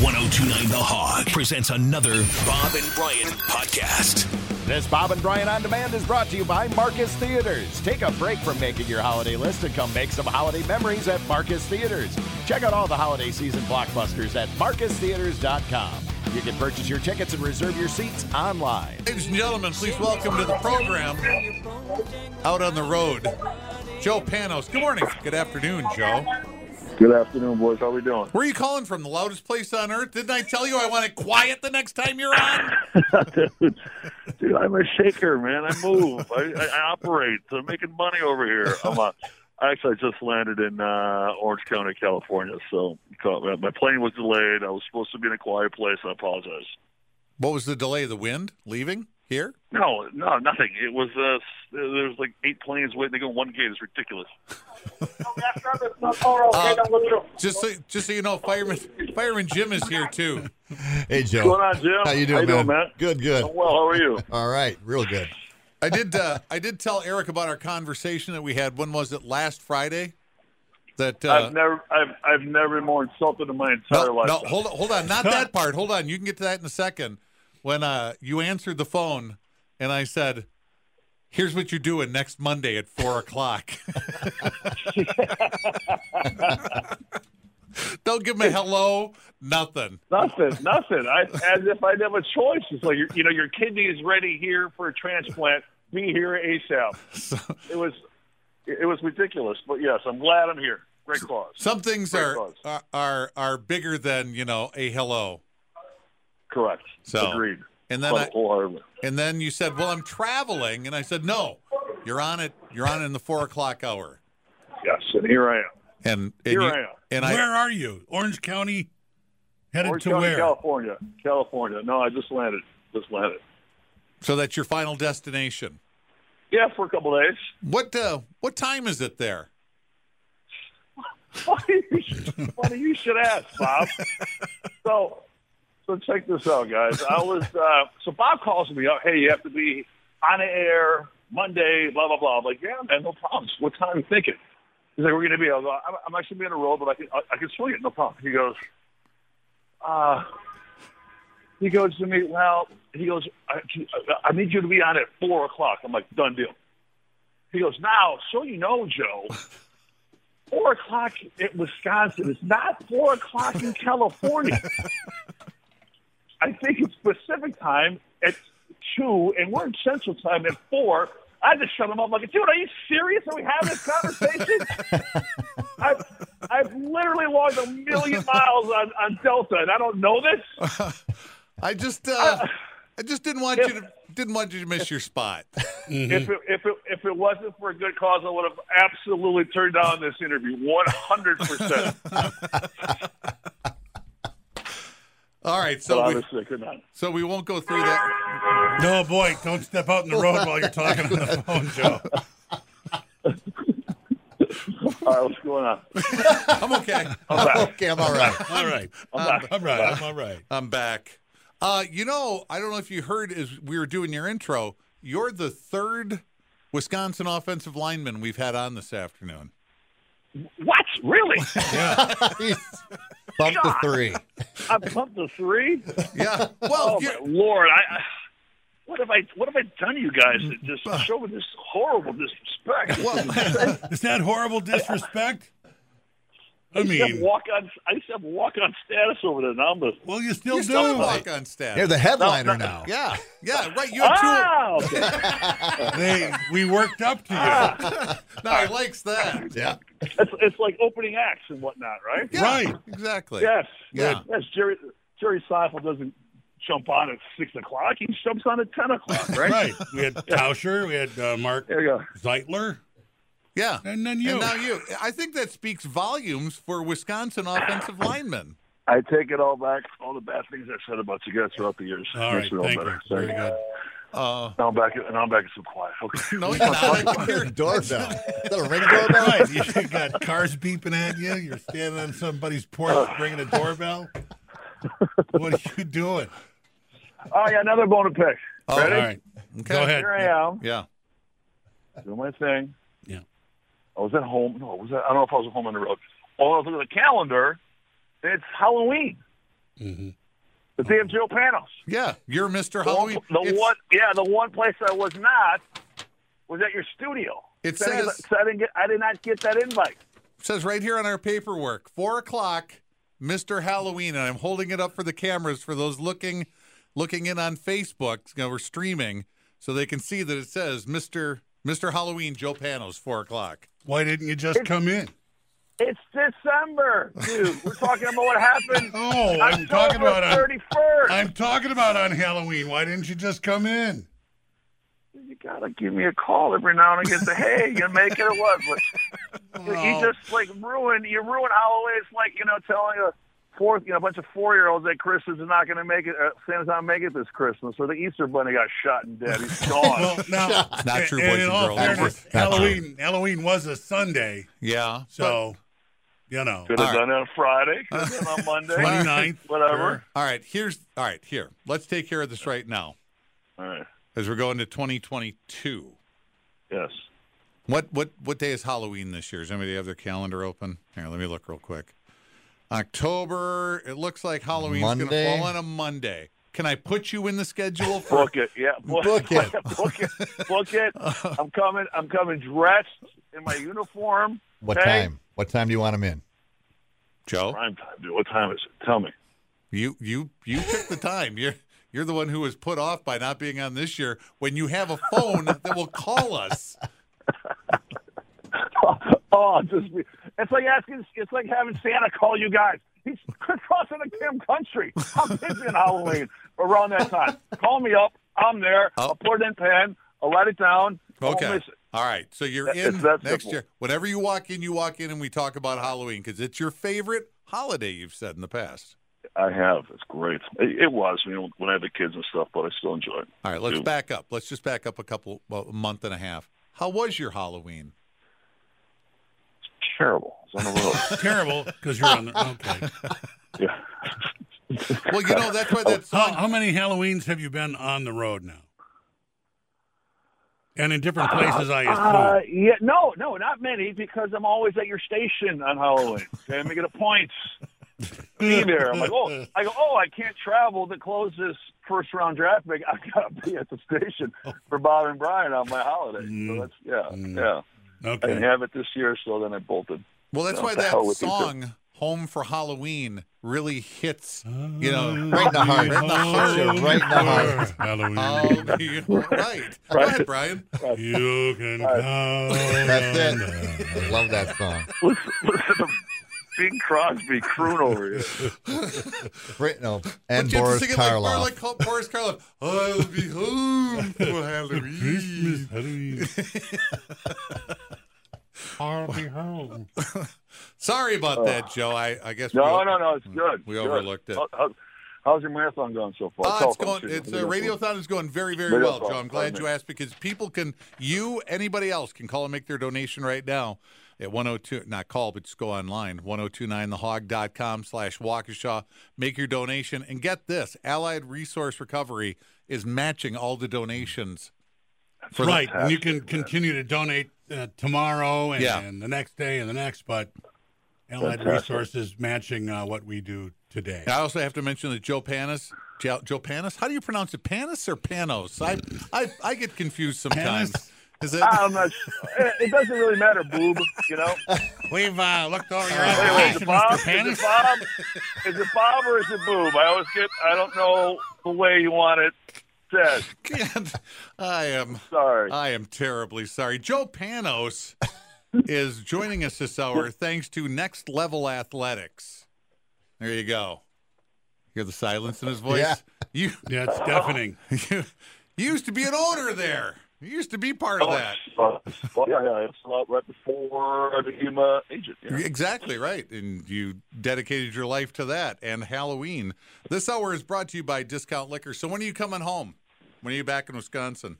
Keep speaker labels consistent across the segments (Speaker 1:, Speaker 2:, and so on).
Speaker 1: 1029 The Hog presents another Bob and Brian podcast.
Speaker 2: This Bob and Brian on Demand is brought to you by Marcus Theaters. Take a break from making your holiday list and come make some holiday memories at Marcus Theaters. Check out all the holiday season blockbusters at marcustheaters.com. You can purchase your tickets and reserve your seats online.
Speaker 3: Ladies and gentlemen, please welcome to the program out on the road, Joe Panos. Good morning. Good afternoon, Joe.
Speaker 4: Good afternoon, boys. How we doing?
Speaker 3: Where are you calling from? The loudest place on earth? Didn't I tell you I want it quiet the next time you're on?
Speaker 4: dude, dude, I'm a shaker, man. I move. I, I, I operate. So I'm making money over here. I'm a, actually, I just landed in uh, Orange County, California. So you caught me. my plane was delayed. I was supposed to be in a quiet place. I apologize.
Speaker 3: What was the delay? The wind leaving here?
Speaker 4: No, no, nothing. It was uh, s- there was like eight planes waiting to go in one gate. It's ridiculous.
Speaker 3: Just so, just so you know, fireman fireman Jim is here too.
Speaker 5: Hey Joe,
Speaker 4: What's going on, Jim?
Speaker 5: Oh. how you doing,
Speaker 4: How you doing,
Speaker 5: man?
Speaker 4: man?
Speaker 5: Good, good.
Speaker 4: I'm well. How are you?
Speaker 5: All right, real good.
Speaker 3: I did uh, I did tell Eric about our conversation that we had. When was it? Last Friday. That uh,
Speaker 4: I've never, I've, I've never been more insulted in my entire
Speaker 3: no,
Speaker 4: life.
Speaker 3: no, hold on, hold on, not that part. Hold on, you can get to that in a second. When uh, you answered the phone, and I said, "Here's what you're doing next Monday at four o'clock." Don't give him a hello, nothing.
Speaker 4: Nothing, nothing. I, as if I'd have a choice. It's like your- you know, your kidney is ready here for a transplant. Be here ASAP. It was, it was ridiculous. But yes, I'm glad I'm here. Great cause.
Speaker 3: Some things
Speaker 4: Great
Speaker 3: are,
Speaker 4: thoughts.
Speaker 3: are are are bigger than you know a hello.
Speaker 4: Correct.
Speaker 3: So-
Speaker 4: Agreed.
Speaker 3: And then I,
Speaker 4: Quite wholeheartedly.
Speaker 3: and then you said, "Well, I'm traveling," and I said, "No, you're on it. You're on in the four o'clock hour."
Speaker 4: Yes, and here I am.
Speaker 3: And, and
Speaker 4: Here
Speaker 3: you-
Speaker 4: I am.
Speaker 3: And I
Speaker 6: Where are you? Orange County? Headed
Speaker 4: Orange
Speaker 6: to
Speaker 4: County,
Speaker 6: where?
Speaker 4: California. California. No, I just landed. Just landed.
Speaker 3: so that's your final destination.
Speaker 4: Yeah, for a couple of days.
Speaker 3: What uh, what time is it there?
Speaker 4: funny, you should- funny you should ask, Bob. So, so check this out, guys. I was uh, so Bob calls me up. Hey, you have to be on the air Monday. Blah blah blah. I'm like, yeah, man, no problems. What time are you thinking? He's like, we're gonna be. I go, I'm, I'm actually being a roll, but I can I, I can swing it, no problem. He goes, uh, he goes to me. Well, he goes, I, I need you to be on at four o'clock. I'm like, done deal. He goes, now, so you know, Joe four o'clock in Wisconsin. It's not four o'clock in California. I think it's Pacific time at two, and we're in Central time at four. I just shut him up like, dude, are you serious? Are we having this conversation? I've, I've literally walked a million miles on, on Delta, and I don't know this.
Speaker 3: I just uh, I just didn't want you to didn't want you to miss your spot.
Speaker 4: If it, if it if it wasn't for a good cause, I would have absolutely turned down this interview, one hundred percent.
Speaker 3: All right,
Speaker 4: But
Speaker 3: so we,
Speaker 4: obviously, I could not.
Speaker 3: so we won't go through that.
Speaker 6: No, boy, don't step out in the road while you're talking on the phone, Joe.
Speaker 4: All right, what's going on?
Speaker 3: I'm okay.
Speaker 4: I'm back.
Speaker 5: Okay, I'm all right.
Speaker 6: All right.
Speaker 4: I'm back.
Speaker 6: I'm right. I'm all right.
Speaker 3: I'm back. Uh, you know, I don't know if you heard as we were doing your intro. You're the third Wisconsin offensive lineman we've had on this afternoon.
Speaker 4: What? Really?
Speaker 5: He's bumped to three.
Speaker 4: I bumped the three.
Speaker 3: Yeah. Well,
Speaker 4: Oh
Speaker 3: if
Speaker 4: my
Speaker 3: you-
Speaker 4: lord! I, I what have I what have I done to you guys that just show me this horrible disrespect?
Speaker 3: well,
Speaker 6: Is that horrible disrespect? I
Speaker 4: I used to have
Speaker 6: mean,
Speaker 4: walk on. I used to have walk on status over there. Now I'm the
Speaker 6: well, you still
Speaker 3: you
Speaker 6: do.
Speaker 3: still walk on staff.
Speaker 5: You're the headliner now.
Speaker 3: yeah. Yeah. Right. You have two.
Speaker 4: ah, okay.
Speaker 6: They, we worked up to you.
Speaker 3: Ah! No, he likes that.
Speaker 5: Yeah.
Speaker 4: it's, it's like opening acts and whatnot, right?
Speaker 3: Yeah,
Speaker 6: Right.
Speaker 3: Exactly.
Speaker 4: Yes.
Speaker 3: Yeah.
Speaker 4: Yes. Jerry Jerry Seinfeld doesn't jump on at six o'clock. He jumps on at ten o'clock, right?
Speaker 6: Right. We had Tauscher. We had uh, Mark
Speaker 4: There you go.
Speaker 6: Zeitler.
Speaker 3: Yeah.
Speaker 6: And then you.
Speaker 3: And now you. I think that speaks volumes for Wisconsin offensive linemen.
Speaker 4: I take it all back. All the bad things I said about you guys throughout the years.
Speaker 6: All
Speaker 4: Makes
Speaker 6: right.
Speaker 4: it
Speaker 6: Thank you.
Speaker 4: better.
Speaker 6: Very
Speaker 4: Sorry.
Speaker 6: good.
Speaker 3: Uh,
Speaker 4: Now I'm back. Now I'm back in some quiet. Okay.
Speaker 3: no, you're not. I can hear
Speaker 5: Your
Speaker 3: it.
Speaker 5: doorbell. Is that a ring doorbell?
Speaker 6: Right. You got cars beeping at you. You're standing on somebody's porch ringing a doorbell. What are you doing?
Speaker 4: Oh yeah, another bone to pick.
Speaker 3: Oh,
Speaker 6: All
Speaker 4: Ready?
Speaker 6: right. Go ahead.
Speaker 4: Here I am.
Speaker 3: Yeah.
Speaker 4: doing my thing.
Speaker 6: Yeah.
Speaker 4: I was at home. No, I was at, I don't know if I was at home on the road. Oh, I was looking at the calendar. and It's Halloween. The damn Joe Panos.
Speaker 3: Yeah, you're Mr.
Speaker 4: The, one,
Speaker 3: Halloween.
Speaker 4: the
Speaker 3: It's-
Speaker 4: one, yeah, the one place I was not was at your studio.
Speaker 3: It
Speaker 4: So I-
Speaker 3: says-
Speaker 4: so I didn't get, I did not get that invite.
Speaker 3: says right here on our paperwork, four o'clock, Mr. Halloween, and I'm holding it up for the cameras for those looking looking in on Facebook. You know, we're streaming, so they can see that it says Mr. Mr. Halloween Joe Panos, four o'clock.
Speaker 6: Why didn't you just come in?
Speaker 4: It's December, dude. We're talking about what happened.
Speaker 6: Oh, I'm talking about
Speaker 3: uh,
Speaker 6: on-
Speaker 4: thirty first.
Speaker 6: I'm talking about on Halloween. Why didn't you just come in?
Speaker 4: You gotta give me a call every now and again. Say, hey, you gonna make it or what? But you just like ruin. You ruin Halloween. It's like you know telling a fourth, you know, a bunch of four year olds that Christmas is not gonna make it. Uh, Santa's not gonna make it this Christmas, or the Easter Bunny got shot and dead. He's gone.
Speaker 6: Well, now,
Speaker 3: It's not true,
Speaker 6: and
Speaker 3: boys
Speaker 6: in
Speaker 3: and
Speaker 6: all
Speaker 3: girls.
Speaker 6: fairness,
Speaker 5: Not true.
Speaker 6: Halloween Halloween was a Sunday,
Speaker 3: Yeah.
Speaker 6: so you know,
Speaker 4: Could have done it on Friday. Could have done it on Monday.
Speaker 6: 29th,
Speaker 4: Whatever.
Speaker 3: All right, here's all right, here. Let's take care of this right now
Speaker 4: All right.
Speaker 3: as we're going to 2022.
Speaker 4: Yes.
Speaker 3: What what what day is Halloween this year? Does anybody have their calendar open? Here, let me look real quick. October. It looks like Halloween's going to
Speaker 5: Monday?
Speaker 3: fall on a Monday. Can I put you in the schedule for?
Speaker 4: Book it. Yeah. Book,
Speaker 5: Book it.
Speaker 4: book it. Book it. I'm coming. I'm coming dressed in my uniform.
Speaker 5: What
Speaker 4: okay?
Speaker 5: time? What time do you want him in?
Speaker 3: Joe,
Speaker 4: Prime time, dude. What time is it? Tell me.
Speaker 3: you you you took the time. You're you're the one who was put off by not being on this year when you have a phone that will call us.
Speaker 4: oh, just be, it's like asking. It's like having Santa call you guys. He's crossing the damn country. I'm busy on Halloween around that time. Call me up. I'm there. I'll put it in pen. I'll write it down. I won't
Speaker 3: Okay.
Speaker 4: miss it.
Speaker 3: All right. So you're
Speaker 4: That-
Speaker 3: in
Speaker 4: it's that
Speaker 3: next
Speaker 4: simple.
Speaker 3: year. Whenever you walk in, you walk in and we talk about Halloween because it's your favorite holiday you've said in the past.
Speaker 4: I have. It's great. It, it was you know, when I had the kids and stuff, but I still enjoy it.
Speaker 3: All right, let's
Speaker 4: Ooh.
Speaker 3: back up. Let's just back up a couple, well, a month and a half. How was your Halloween?
Speaker 4: It's terrible. It's on the road.
Speaker 6: terrible because you're on the okay.
Speaker 4: yeah.
Speaker 3: Well, you know that's why
Speaker 4: Oh,
Speaker 3: that
Speaker 6: How,
Speaker 3: song.
Speaker 6: how many Halloweens have you been on the road now? And in different places, I
Speaker 4: Uh,
Speaker 6: assume.
Speaker 4: yeah, no, no, not many because I'm always at your station on Halloween. Okay, make it a point. Be there. I'm like, oh, I go, oh, I can't travel to close this first round draft pick. I gotta be at the station for Bob and Brian on my holiday.
Speaker 3: Mm.
Speaker 4: So that's yeah, yeah. I didn't
Speaker 6: okay.
Speaker 4: have it this year, so then I bolted.
Speaker 3: Well, that's why
Speaker 4: the
Speaker 3: that
Speaker 4: hell oh, with you, sir.
Speaker 3: song "Home for Halloween" really hits. You
Speaker 6: Uh,
Speaker 3: know,
Speaker 5: Right in the heart.
Speaker 3: Right in the heart.
Speaker 5: Hits you right in the heart.
Speaker 6: Halloween.
Speaker 3: I'll be right. Go
Speaker 4: Right.
Speaker 3: ahead, Brian.
Speaker 6: You can come.
Speaker 5: That's it. I love that song.
Speaker 4: Listen, listen to Bing Crosby croon over here.
Speaker 5: Brit- no,
Speaker 3: But
Speaker 5: and
Speaker 3: you have to
Speaker 5: Boris
Speaker 3: sing it
Speaker 5: Karloff.
Speaker 3: Like, Bar- like Boris Karloff. I'll be home for Halloween.
Speaker 6: Christmas, Halloween. I'll be home.
Speaker 3: Sorry about that, Joe. I, I guess
Speaker 4: No,
Speaker 3: we,
Speaker 4: no, no, it's good.
Speaker 3: mm. we
Speaker 4: Good.
Speaker 3: overlooked it.
Speaker 4: How- how- how's your marathon going so far?
Speaker 3: Uh,
Speaker 4: Tell
Speaker 3: it's
Speaker 4: us, I'm
Speaker 3: going.
Speaker 4: sure
Speaker 3: It's
Speaker 4: you're
Speaker 3: uh,
Speaker 4: gonna go
Speaker 3: radiothon is going very, very
Speaker 4: Radiothon,
Speaker 3: well, Joe. I'm glad
Speaker 4: pardon
Speaker 3: you
Speaker 4: me.
Speaker 3: asked because people can you anybody else can call and make their donation right now at 102. Not call, but just go online 1029thehog.com slash Waukesha. Make your donation and get this: Allied Resource Recovery is matching all the donations. For the-
Speaker 6: Right. And you can continue to donate uh, tomorrow and,
Speaker 3: Yeah.
Speaker 6: and the next day and the next, but Allied
Speaker 4: Fantastic.
Speaker 6: Resources matching uh, what we do today.
Speaker 3: I also have to mention that Joe Panis. Joe, Joe Panis. How do you pronounce it? Panis or Panos? I I, I get confused sometimes.
Speaker 6: Panis?
Speaker 3: Is it?
Speaker 4: I'm not. Sure. It- It doesn't really matter, boob. You know.
Speaker 6: We've uh, looked over your
Speaker 4: Wait, wait, is
Speaker 6: application,
Speaker 4: it Bob?
Speaker 6: Mr.
Speaker 4: Is it
Speaker 6: Panis.
Speaker 4: Bob? Is it Bob or is it Boob? I always get. I don't know the way you want it said.
Speaker 3: can't. I am.
Speaker 4: Sorry.
Speaker 3: I am terribly sorry. Joe Panos is joining us this hour thanks to Next Level Athletics. There you go. Hear the silence in his voice?
Speaker 5: Yeah.
Speaker 3: You,
Speaker 6: Yeah, it's deafening.
Speaker 3: you you used to be an owner there. You used to be part of that.
Speaker 4: Oh, well, yeah, yeah. It's uh, right before I became uh, agent. Yeah.
Speaker 3: Exactly right. And you dedicated your life to that and Halloween. This hour is brought to you by Discount Liquor. So when are you coming home? When are you back in Wisconsin?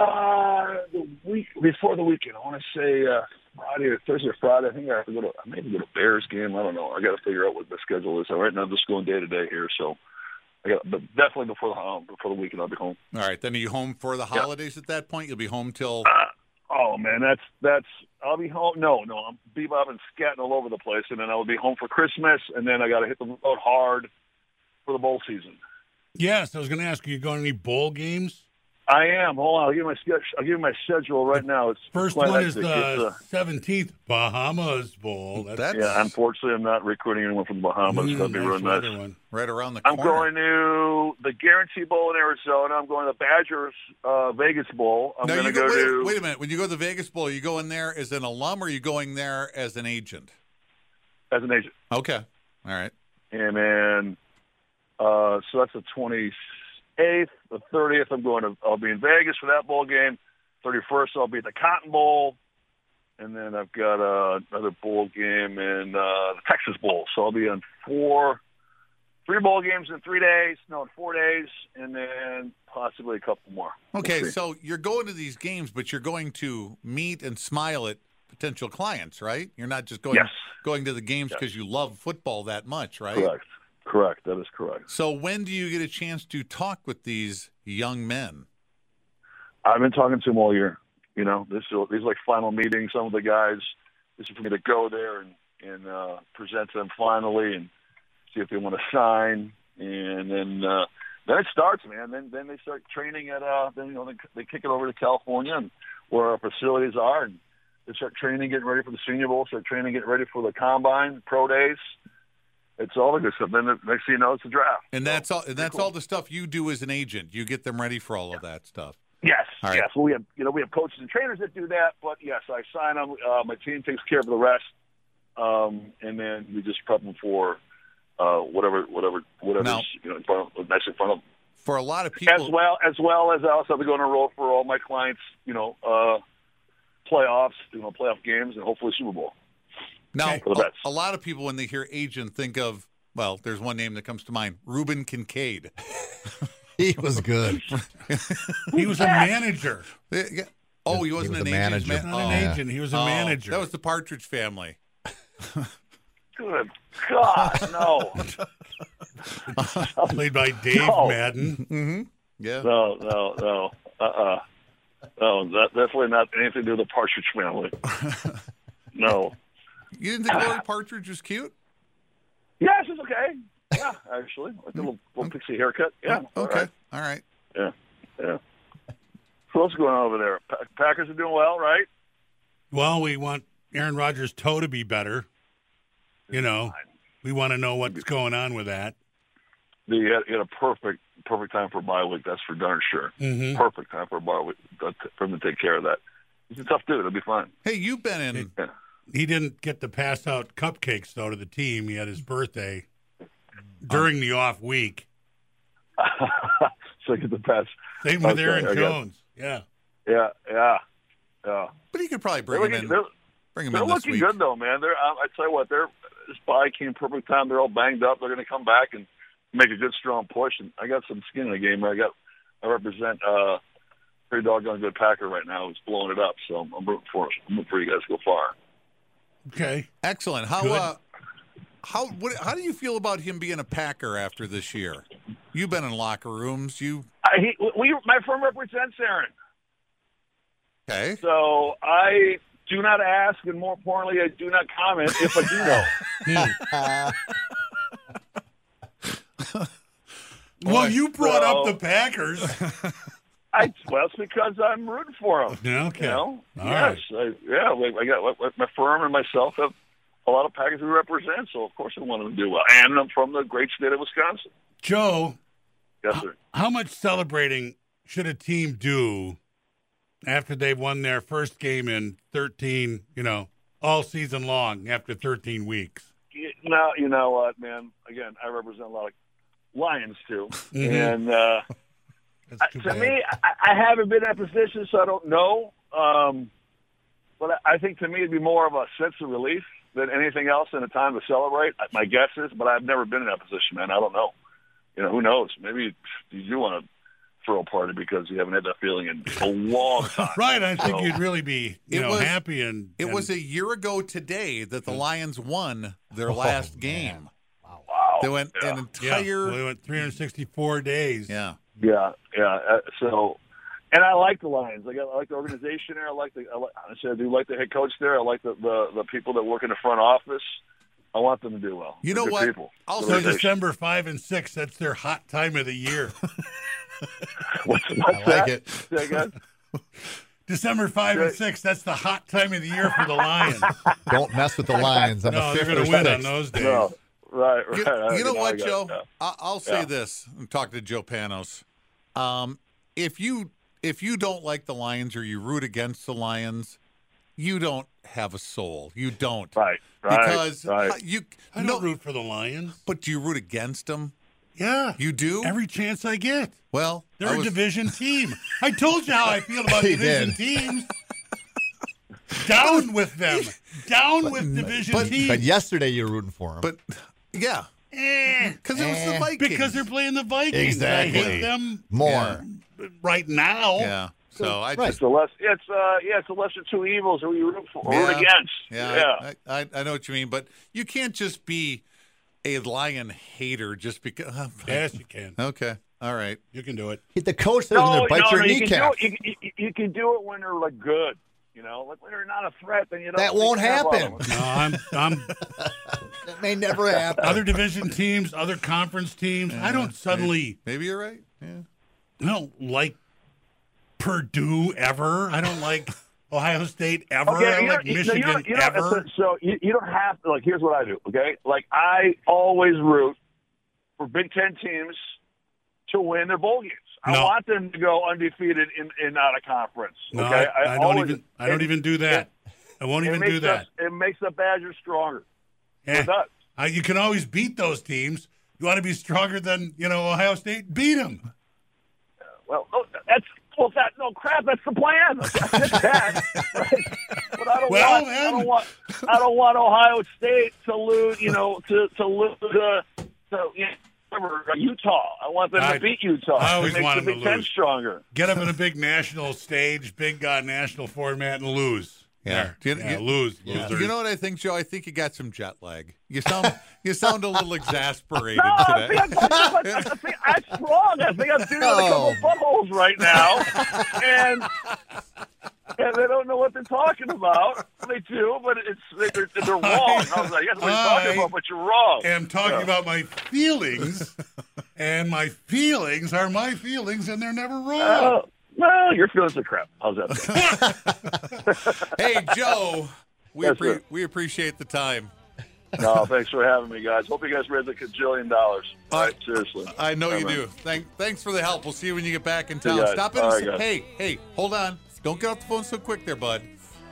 Speaker 4: Uh, the week before the weekend, I want to say uh, Friday or Thursday or Friday. I think I have to go to. I maybe go to Bears game. I don't know. I got to figure out what my schedule is. So right now, I'm just going day to day here. So, I got but definitely before the um, before the weekend, I'll be home.
Speaker 3: All right. Then are you home for the holidays at that point? You'll be home till.
Speaker 4: Oh man, that's that's. I'll be home. No, no, I'm bebopping, scatting all over the place, and then I will be home for Christmas, and then I got to hit the road hard for the bowl season.
Speaker 6: Yes, I was going to ask you. You going to any bowl games?
Speaker 4: I am. Hold on. I'll give you my schedule. I'll give you my schedule right now. It's
Speaker 6: First
Speaker 4: quite
Speaker 6: one is
Speaker 4: hectic.
Speaker 6: the
Speaker 4: It's,
Speaker 6: seventeenth Bahamas Bowl. That's,
Speaker 3: That's
Speaker 4: uh, yeah. Unfortunately, I'm not recruiting anyone from the Bahamas.
Speaker 6: Mm,
Speaker 4: That'd be
Speaker 6: that's
Speaker 4: real nice.
Speaker 6: another one.
Speaker 3: right around the
Speaker 4: I'm
Speaker 3: corner.
Speaker 4: going to the Guarantee Bowl in Arizona. I'm going to the Badgers uh, Vegas Bowl. I'm
Speaker 3: now
Speaker 4: going
Speaker 3: you
Speaker 4: to
Speaker 3: go,
Speaker 4: go
Speaker 3: wait, a-
Speaker 4: to.
Speaker 3: wait a minute. When you go to the Vegas Bowl, are you going there as an alum or are you going there as an agent?
Speaker 4: as an agent.
Speaker 3: Okay. All right.
Speaker 4: And then, uh, so that's the 28th. The 30th, I'm going to, I'll be in Vegas for that bowl game. 31st, I'll be at the Cotton Bowl. And then I've got uh, another bowl game in uh, the Texas Bowl. So I'll be in four, three bowl games in three days, no, in four days, and then possibly a couple more.
Speaker 3: Okay,
Speaker 4: We'll see.
Speaker 3: so you're going to these games, but you're going to meet and smile at potential clients, right? You're not just going
Speaker 4: Yes.
Speaker 3: going to the games because you love football that much, right?
Speaker 4: Correct. Correct. That is correct.
Speaker 3: So when do you get a chance to talk with these young men?
Speaker 4: I've been talking to him all year. You know, this is, these are like final meetings. Some of the guys, this is for me to go there and and uh, present to them finally and see if they want to sign. And then uh, then it starts, man. Then then they start training at uh. Then you know they, they kick it over to California and where our facilities are, and they start training, getting ready for the Senior Bowl. Start training, getting ready for the combine, pro days. It's all the good stuff. Then the next thing you know, it's the draft.
Speaker 3: And that's all and that's
Speaker 4: cool.
Speaker 3: all the stuff you do as an agent. You get them ready for all of that stuff.
Speaker 4: Yes,
Speaker 3: All right.
Speaker 4: yes. Well, we have you know we have coaches and trainers that do that, but yes, I sign them. Uh, my team takes care of the rest, um, and then we just prep them for uh, whatever, whatever, whatever's
Speaker 3: Now-
Speaker 4: you know in front of, next in front of them.
Speaker 3: For a lot of
Speaker 4: As
Speaker 3: people
Speaker 4: well as well as I also have to go on a roll for all my clients. You know, uh, playoffs, you know, playoff games, and hopefully Super Bowl.
Speaker 3: now
Speaker 4: For the
Speaker 3: a,
Speaker 4: best.
Speaker 3: a lot of people when they hear agent think of well, there's one name that comes to mind, Ruben Kincaid.
Speaker 5: He was good.
Speaker 6: He was a manager,
Speaker 3: Eh, yeah. Oh, he
Speaker 5: He
Speaker 3: wasn't
Speaker 5: was
Speaker 3: an
Speaker 5: a
Speaker 3: agent.
Speaker 5: manager.
Speaker 6: not
Speaker 3: oh.
Speaker 6: an agent. He was a
Speaker 3: Oh,
Speaker 6: manager.
Speaker 3: That was the Partridge Family.
Speaker 4: Good God, no,
Speaker 6: played by Dave
Speaker 4: No.
Speaker 6: Madden.
Speaker 3: Yeah.
Speaker 4: no, no, no, uh, uh no, that, definitely not anything to do with the Partridge Family. No.
Speaker 3: You didn't think Lori Partridge was cute?
Speaker 4: Yeah, she's okay. Yeah, actually, like a little, little pixie haircut. Yeah, all
Speaker 3: Oh, okay.
Speaker 4: right.
Speaker 3: All right.
Speaker 4: Yeah, yeah. So what's going on over there? Pa- Packers are doing well, right?
Speaker 6: Well, we want Aaron Rodgers' toe to be better. You know, we want to know what's going on with that.
Speaker 4: They had, had a perfect, perfect time for a bye week. That's for darn sure.
Speaker 3: Mm.
Speaker 6: Mm-hmm.
Speaker 4: Perfect time for a bye week Got to- for him to take care of that. He's a tough dude. It'll be fine.
Speaker 3: Hey, you've been in.
Speaker 6: He didn't get to pass out cupcakes though to the team. He had his
Speaker 4: Mm-hmm.
Speaker 6: birthday during the off week.
Speaker 4: so I get the pass.
Speaker 6: Same with
Speaker 4: Okay, I
Speaker 6: Aaron
Speaker 4: got-
Speaker 6: Jones. Yeah.
Speaker 4: Yeah, yeah, yeah.
Speaker 3: But you could probably
Speaker 4: They're
Speaker 3: bring him
Speaker 4: looking,
Speaker 3: in.
Speaker 4: they're,
Speaker 3: Bring him
Speaker 4: they're
Speaker 3: in this
Speaker 4: looking
Speaker 3: week.
Speaker 4: good though, man. They're I, I tell you what, they're this bye came perfect time. They're all banged up. They're going to come back and make a good strong push. And I got some skin in the game. I got I represent uh, pretty doggone good Packer right now. who's blowing it up. So I'm, I'm rooting for 'em. I'm rooting for you guys to go far.
Speaker 6: Okay.
Speaker 3: Excellent. How
Speaker 6: Good.
Speaker 3: uh, how what, how do you feel about him being a Packer after this year? You've been in locker rooms. You
Speaker 4: I, he, we my firm represents Aaron,
Speaker 3: okay?
Speaker 4: so I do not ask, and more importantly, I do not comment if I do know.
Speaker 6: Hmm. Well, you brought
Speaker 4: so-
Speaker 6: up the Packers.
Speaker 4: I well, it's because I'm rooting for him.
Speaker 6: Yeah, okay.
Speaker 4: You know?
Speaker 6: All
Speaker 4: yes. I, yeah. Like I got like, like my firm and myself have a lot of packers we represent, so of course I want them to do well. And I'm from the great state of Wisconsin.
Speaker 6: Joe,
Speaker 4: Yes, sir.
Speaker 6: how much celebrating should a team do after they've won their first game in 13, you know, all season long after 13 weeks?
Speaker 4: You, now you know what, man. Again, I represent a lot of lions too,
Speaker 6: Mhm.
Speaker 4: and uh,
Speaker 6: That's
Speaker 4: I-
Speaker 6: too
Speaker 4: Uh, to
Speaker 6: bad.
Speaker 4: me, I, I haven't been in that position, so I don't know. Um, but I I think to me, it'd be more of a sense of relief than anything else and a time to celebrate. uh, My guess is, but I've never been in that position, man. I don't know. You know, who knows? Maybe you do want to throw a party because you haven't had that feeling in a long time.
Speaker 6: right. I think
Speaker 4: So-
Speaker 6: you'd really be,
Speaker 3: It
Speaker 6: you know,
Speaker 3: was-
Speaker 6: happy and
Speaker 3: It
Speaker 6: and-
Speaker 3: was a year ago today that the Lions won their
Speaker 5: Oh,
Speaker 3: last
Speaker 5: man.
Speaker 3: game.
Speaker 4: Wow.
Speaker 3: They went
Speaker 4: Yeah.
Speaker 3: an
Speaker 6: Oh, yeah,
Speaker 3: entire
Speaker 6: well,
Speaker 3: yeah.
Speaker 6: we went 364 days.
Speaker 4: Yeah, yeah. Uh, so, and I like the Lions. Like, I like the organization there. I like the. I like, honestly, I do like the head coach there. I like the, the the people that work in the front office. I want them to do well.
Speaker 3: You
Speaker 4: They're
Speaker 3: know
Speaker 4: good
Speaker 3: what?
Speaker 4: People.
Speaker 3: Also,
Speaker 6: So
Speaker 4: They're patient.
Speaker 6: December five and six, that's their hot time of the year.
Speaker 4: what's, what's
Speaker 5: I like
Speaker 4: that?
Speaker 5: it.
Speaker 4: Say again?
Speaker 6: December five and
Speaker 4: Good.
Speaker 6: six, that's the hot time of the year for the Lions.
Speaker 5: Don't mess with the Lions on
Speaker 6: no,
Speaker 5: the
Speaker 6: they're
Speaker 5: fifth
Speaker 6: going
Speaker 5: or
Speaker 6: to win
Speaker 5: sixth.
Speaker 6: on those days.
Speaker 4: No. Right, right.
Speaker 3: You,
Speaker 4: I
Speaker 3: you
Speaker 4: already
Speaker 3: know what,
Speaker 4: I got
Speaker 3: Joe?
Speaker 4: it now.
Speaker 3: I, I'll say
Speaker 4: Yeah.
Speaker 3: this and talk to Joe Panos. Um, if you if you don't like the Lions or you root against the Lions, you don't have a soul. You don't
Speaker 4: Right, right.
Speaker 3: because
Speaker 4: right.
Speaker 3: uh, you
Speaker 6: I don't
Speaker 3: no.
Speaker 6: root for the Lions.
Speaker 3: But do you root against them?
Speaker 6: Yeah,
Speaker 3: You do.
Speaker 6: every chance I get.
Speaker 3: well,
Speaker 6: They're
Speaker 3: I
Speaker 6: a
Speaker 3: was-
Speaker 6: division team. I told you how I feel about
Speaker 5: He
Speaker 6: division
Speaker 5: did.
Speaker 6: teams. Down with them. Down with division
Speaker 3: but-
Speaker 6: teams.
Speaker 5: But yesterday you were rooting for them.
Speaker 3: but yeah,
Speaker 6: Eh,
Speaker 3: because it was the
Speaker 5: Eh.
Speaker 3: Vikings.
Speaker 6: because they're playing the Vikings. I
Speaker 5: Exactly.
Speaker 6: hate them
Speaker 5: more.
Speaker 3: Yeah.
Speaker 6: right now.
Speaker 3: yeah. So I
Speaker 5: Right.
Speaker 3: just
Speaker 4: It's a less. It's uh, yeah, it's a lesser two evils who you root for,
Speaker 3: Yeah.
Speaker 4: root against.
Speaker 3: Yeah, I, I, I know what you mean, but you can't just be a lion hater just because.
Speaker 6: Yes, you can.
Speaker 3: Okay. All right.
Speaker 6: You can do it.
Speaker 5: Hit the coach that was going to bite your
Speaker 4: you
Speaker 5: kneecap.
Speaker 4: Can do it, you, you, you can do it when they're like good. You know, like when they're not a threat, then you don't.
Speaker 5: That
Speaker 4: really
Speaker 5: won't
Speaker 4: care about
Speaker 5: happen.
Speaker 4: them.
Speaker 6: No, I'm, I'm
Speaker 5: That may never happen.
Speaker 6: other division teams, other conference teams. I don't suddenly
Speaker 3: Maybe you're right. Yeah.
Speaker 6: I don't like Purdue ever. I don't like Ohio State ever. I
Speaker 4: Okay,
Speaker 6: don't
Speaker 4: you know-
Speaker 6: like
Speaker 4: you know-
Speaker 6: Michigan
Speaker 4: you know- you know,
Speaker 6: ever.
Speaker 4: So, so you, you don't have to. Like, here's what I do. Okay, like I always root for Big Ten teams to win their bowl games. I
Speaker 6: No.
Speaker 4: want them to go undefeated in, in out of conference.
Speaker 6: No,
Speaker 4: okay,
Speaker 6: I, I don't
Speaker 4: always-
Speaker 6: even. I don't
Speaker 4: it-
Speaker 6: even do that. I won't
Speaker 4: it
Speaker 6: even
Speaker 4: makes
Speaker 6: do that.
Speaker 4: Us, it makes the Badgers stronger.
Speaker 6: Eh,
Speaker 4: It does.
Speaker 6: I- you can always beat those teams. You want to be stronger than you know Ohio State. Beat them.
Speaker 4: Well, oh, that's well, that no crap. That's the plan. That's that, right? But I don't
Speaker 6: Well,
Speaker 4: want. I
Speaker 6: then.
Speaker 4: don't want. I don't want Ohio State to lose. You know, to to lose uh, to you know, whatever, Utah. I want them
Speaker 6: I-
Speaker 4: to beat Utah.
Speaker 6: I always
Speaker 4: It makes
Speaker 6: want
Speaker 4: the
Speaker 6: them to
Speaker 4: Big Ten
Speaker 6: lose.
Speaker 4: stronger.
Speaker 6: Get them in a big national stage, big uh, national format, and lose.
Speaker 3: Yeah.
Speaker 6: There.
Speaker 3: Do you-
Speaker 6: yeah
Speaker 3: you-
Speaker 6: lose. Losers.
Speaker 3: You know what I think, Joe? I think you got some jet lag. You sound you sound a little exasperated
Speaker 4: No, I
Speaker 3: today.
Speaker 4: think I'm, I think I'm, I think I'm strong. I think I'm feeling a couple
Speaker 5: Oh.
Speaker 4: of buttholes right now, and and they don't know what they're talking about. They do, but it's they're, they're wrong. I was like, yes, what you're talking
Speaker 6: I-
Speaker 4: about, but you're wrong.
Speaker 6: am talking
Speaker 4: Yeah.
Speaker 6: about my feelings, and my feelings are my feelings, and they're never wrong.
Speaker 4: Oh, well, your feelings are crap. How's that? sound?
Speaker 3: hey, Joe. We,
Speaker 4: Yes,
Speaker 3: appre-
Speaker 4: sir.
Speaker 3: we appreciate the time.
Speaker 4: no, thanks for having me, guys. Hope you guys raise a gajillion dollars.
Speaker 3: All
Speaker 4: All
Speaker 3: right.
Speaker 4: right, seriously.
Speaker 3: Uh, I know
Speaker 4: All
Speaker 3: you
Speaker 4: right.
Speaker 3: do. Thank, thanks for the help. We'll see you when you get back in
Speaker 4: See you
Speaker 3: town.
Speaker 4: guys.
Speaker 3: Stop in.
Speaker 4: All
Speaker 3: and
Speaker 4: right,
Speaker 3: see- hey,
Speaker 4: guys.
Speaker 3: hey, hold on. Don't get off the phone so quick there, bud.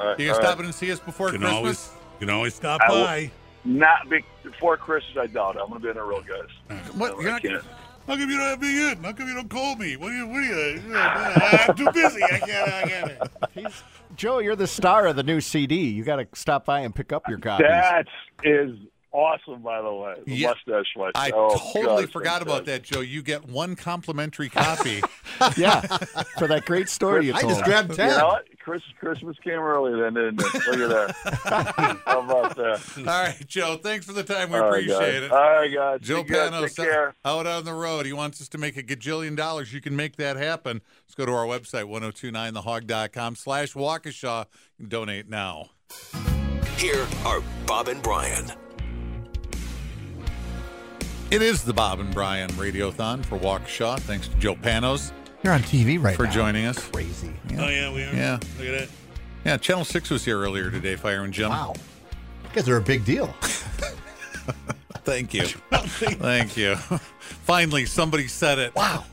Speaker 4: All right,
Speaker 3: You can
Speaker 4: all
Speaker 3: stop
Speaker 4: right.
Speaker 3: in and see us before
Speaker 6: You can
Speaker 3: Christmas.
Speaker 6: always you can always stop
Speaker 4: I will-
Speaker 6: by.
Speaker 4: Not be, before Christmas, I doubt it. I'm going to be on the road, guys.
Speaker 3: What? You're
Speaker 4: I
Speaker 3: not,
Speaker 4: can't.
Speaker 6: How come you don't have me in? How come you don't call me? What do you? What do you? you know, I'm too busy. I can't. I can't.
Speaker 2: He's- Joe, you're the star of the new CD. You got to stop by and pick up your copies.
Speaker 4: That is awesome, by the way. The
Speaker 3: Yeah.
Speaker 4: mustache flex.
Speaker 3: I
Speaker 4: Oh,
Speaker 3: totally
Speaker 4: God,
Speaker 3: forgot
Speaker 4: thank
Speaker 3: about
Speaker 4: God.
Speaker 3: that, Joe. You get one complimentary copy.
Speaker 2: Yeah, for that great story you
Speaker 5: I
Speaker 2: told.
Speaker 5: just grabbed
Speaker 4: You
Speaker 5: ten.
Speaker 4: know what? Chris, Christmas came early then, didn't it? Look at that. How about that?
Speaker 3: All right, Joe. Thanks for the time. We
Speaker 4: All right,
Speaker 3: appreciate
Speaker 4: guys.
Speaker 3: it.
Speaker 4: All right, guys.
Speaker 3: Joe
Speaker 4: Be good. Take
Speaker 3: Panos
Speaker 4: care.
Speaker 3: out on the road. He wants us to make a gajillion dollars. You can make that happen. Let's go to our website, 1029thehog.com slash Waukesha. Donate now.
Speaker 1: Here are Bob and Brian.
Speaker 3: It is the Bob and Brian Radiothon for Waukesha. Thanks to Joe Panos
Speaker 5: You're on TV right
Speaker 3: for
Speaker 5: now.
Speaker 3: joining us.
Speaker 5: Crazy.
Speaker 6: Oh yeah, we are.
Speaker 3: Yeah.
Speaker 6: Look at that.
Speaker 3: Yeah, Channel 6 was here earlier today, Fire and Jim.
Speaker 5: Wow. You guys are a big deal.
Speaker 3: Thank you. Thank you. Finally, somebody said it.
Speaker 5: Wow.